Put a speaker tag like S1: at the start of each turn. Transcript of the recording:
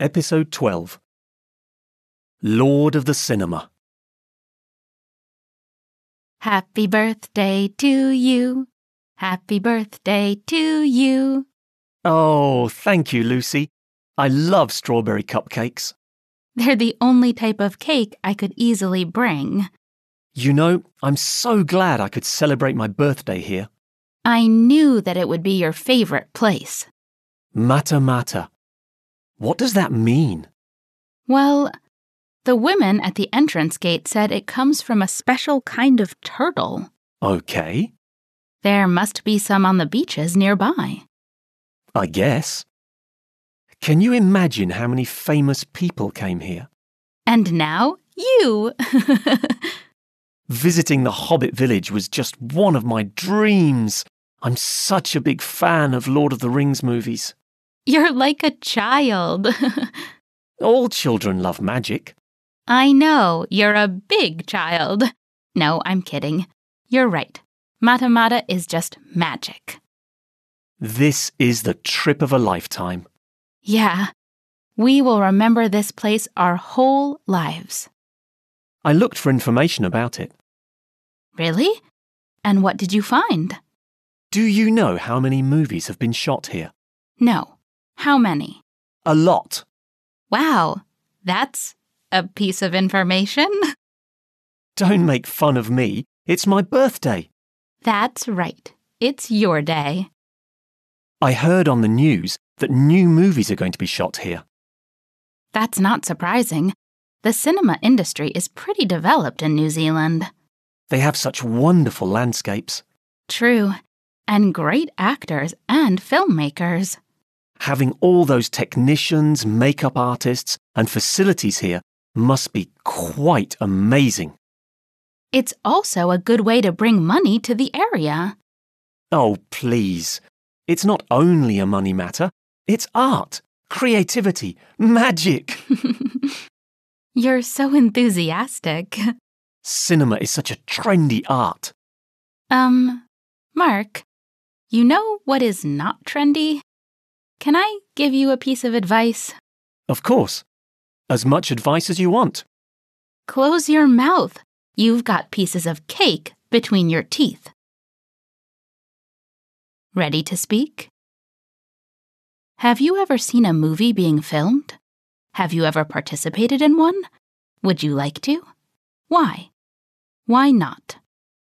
S1: Episode 12 Lord of the Cinema.
S2: Happy birthday to you. Happy birthday to you.
S1: Oh, thank you, Lucy. I love strawberry cupcakes.
S2: They're the only type of cake I could easily bring.
S1: You know, I'm so glad I could celebrate my birthday here.
S2: I knew that it would be your favorite place.
S1: Mata Mata. What does that mean?
S2: Well, the women at the entrance gate said it comes from a special kind of turtle.
S1: Okay,
S2: There must be some on the beaches nearby.
S1: I guess. Can you imagine how many famous people came here?
S2: And now, you!
S1: Visiting the Hobbit village was just one of my dreams. I'm such a big fan of Lord of the Rings movies.
S2: You're like a child.
S1: All children love magic.
S2: I know, you're a big child. No, I'm kidding. You're right. Mata Mata is just magic.
S1: This is the trip of a lifetime.
S2: Yeah. We will remember this place our whole lives.
S1: I looked for information about it.
S2: Really? And what did you find?
S1: Do you know how many movies have been shot here?
S2: No. How many?
S1: A lot.
S2: Wow. That's a piece of information.
S1: Don't make fun of me. It's my birthday.
S2: That's right. It's your day.
S1: I heard on the news that new movies are going to be shot here.
S2: That's not surprising. The cinema industry is pretty developed in New Zealand.
S1: They have such wonderful landscapes.
S2: True. And great actors and filmmakers.
S1: Having all those technicians, makeup artists, and facilities here must be quite amazing.
S2: It's also a good way to bring money to the area.
S1: Oh, please. It's not only a money matter, it's art, creativity, magic.
S2: You're so enthusiastic.
S1: Cinema is such a trendy art.
S2: Um, Mark, you know what is not trendy? Can I give you a piece of advice?
S1: Of course. As much advice as you want.
S2: Close your mouth. You've got pieces of cake between your teeth. Ready to speak? Have you ever seen a movie being filmed? Have you ever participated in one? Would you like to? Why? Why not?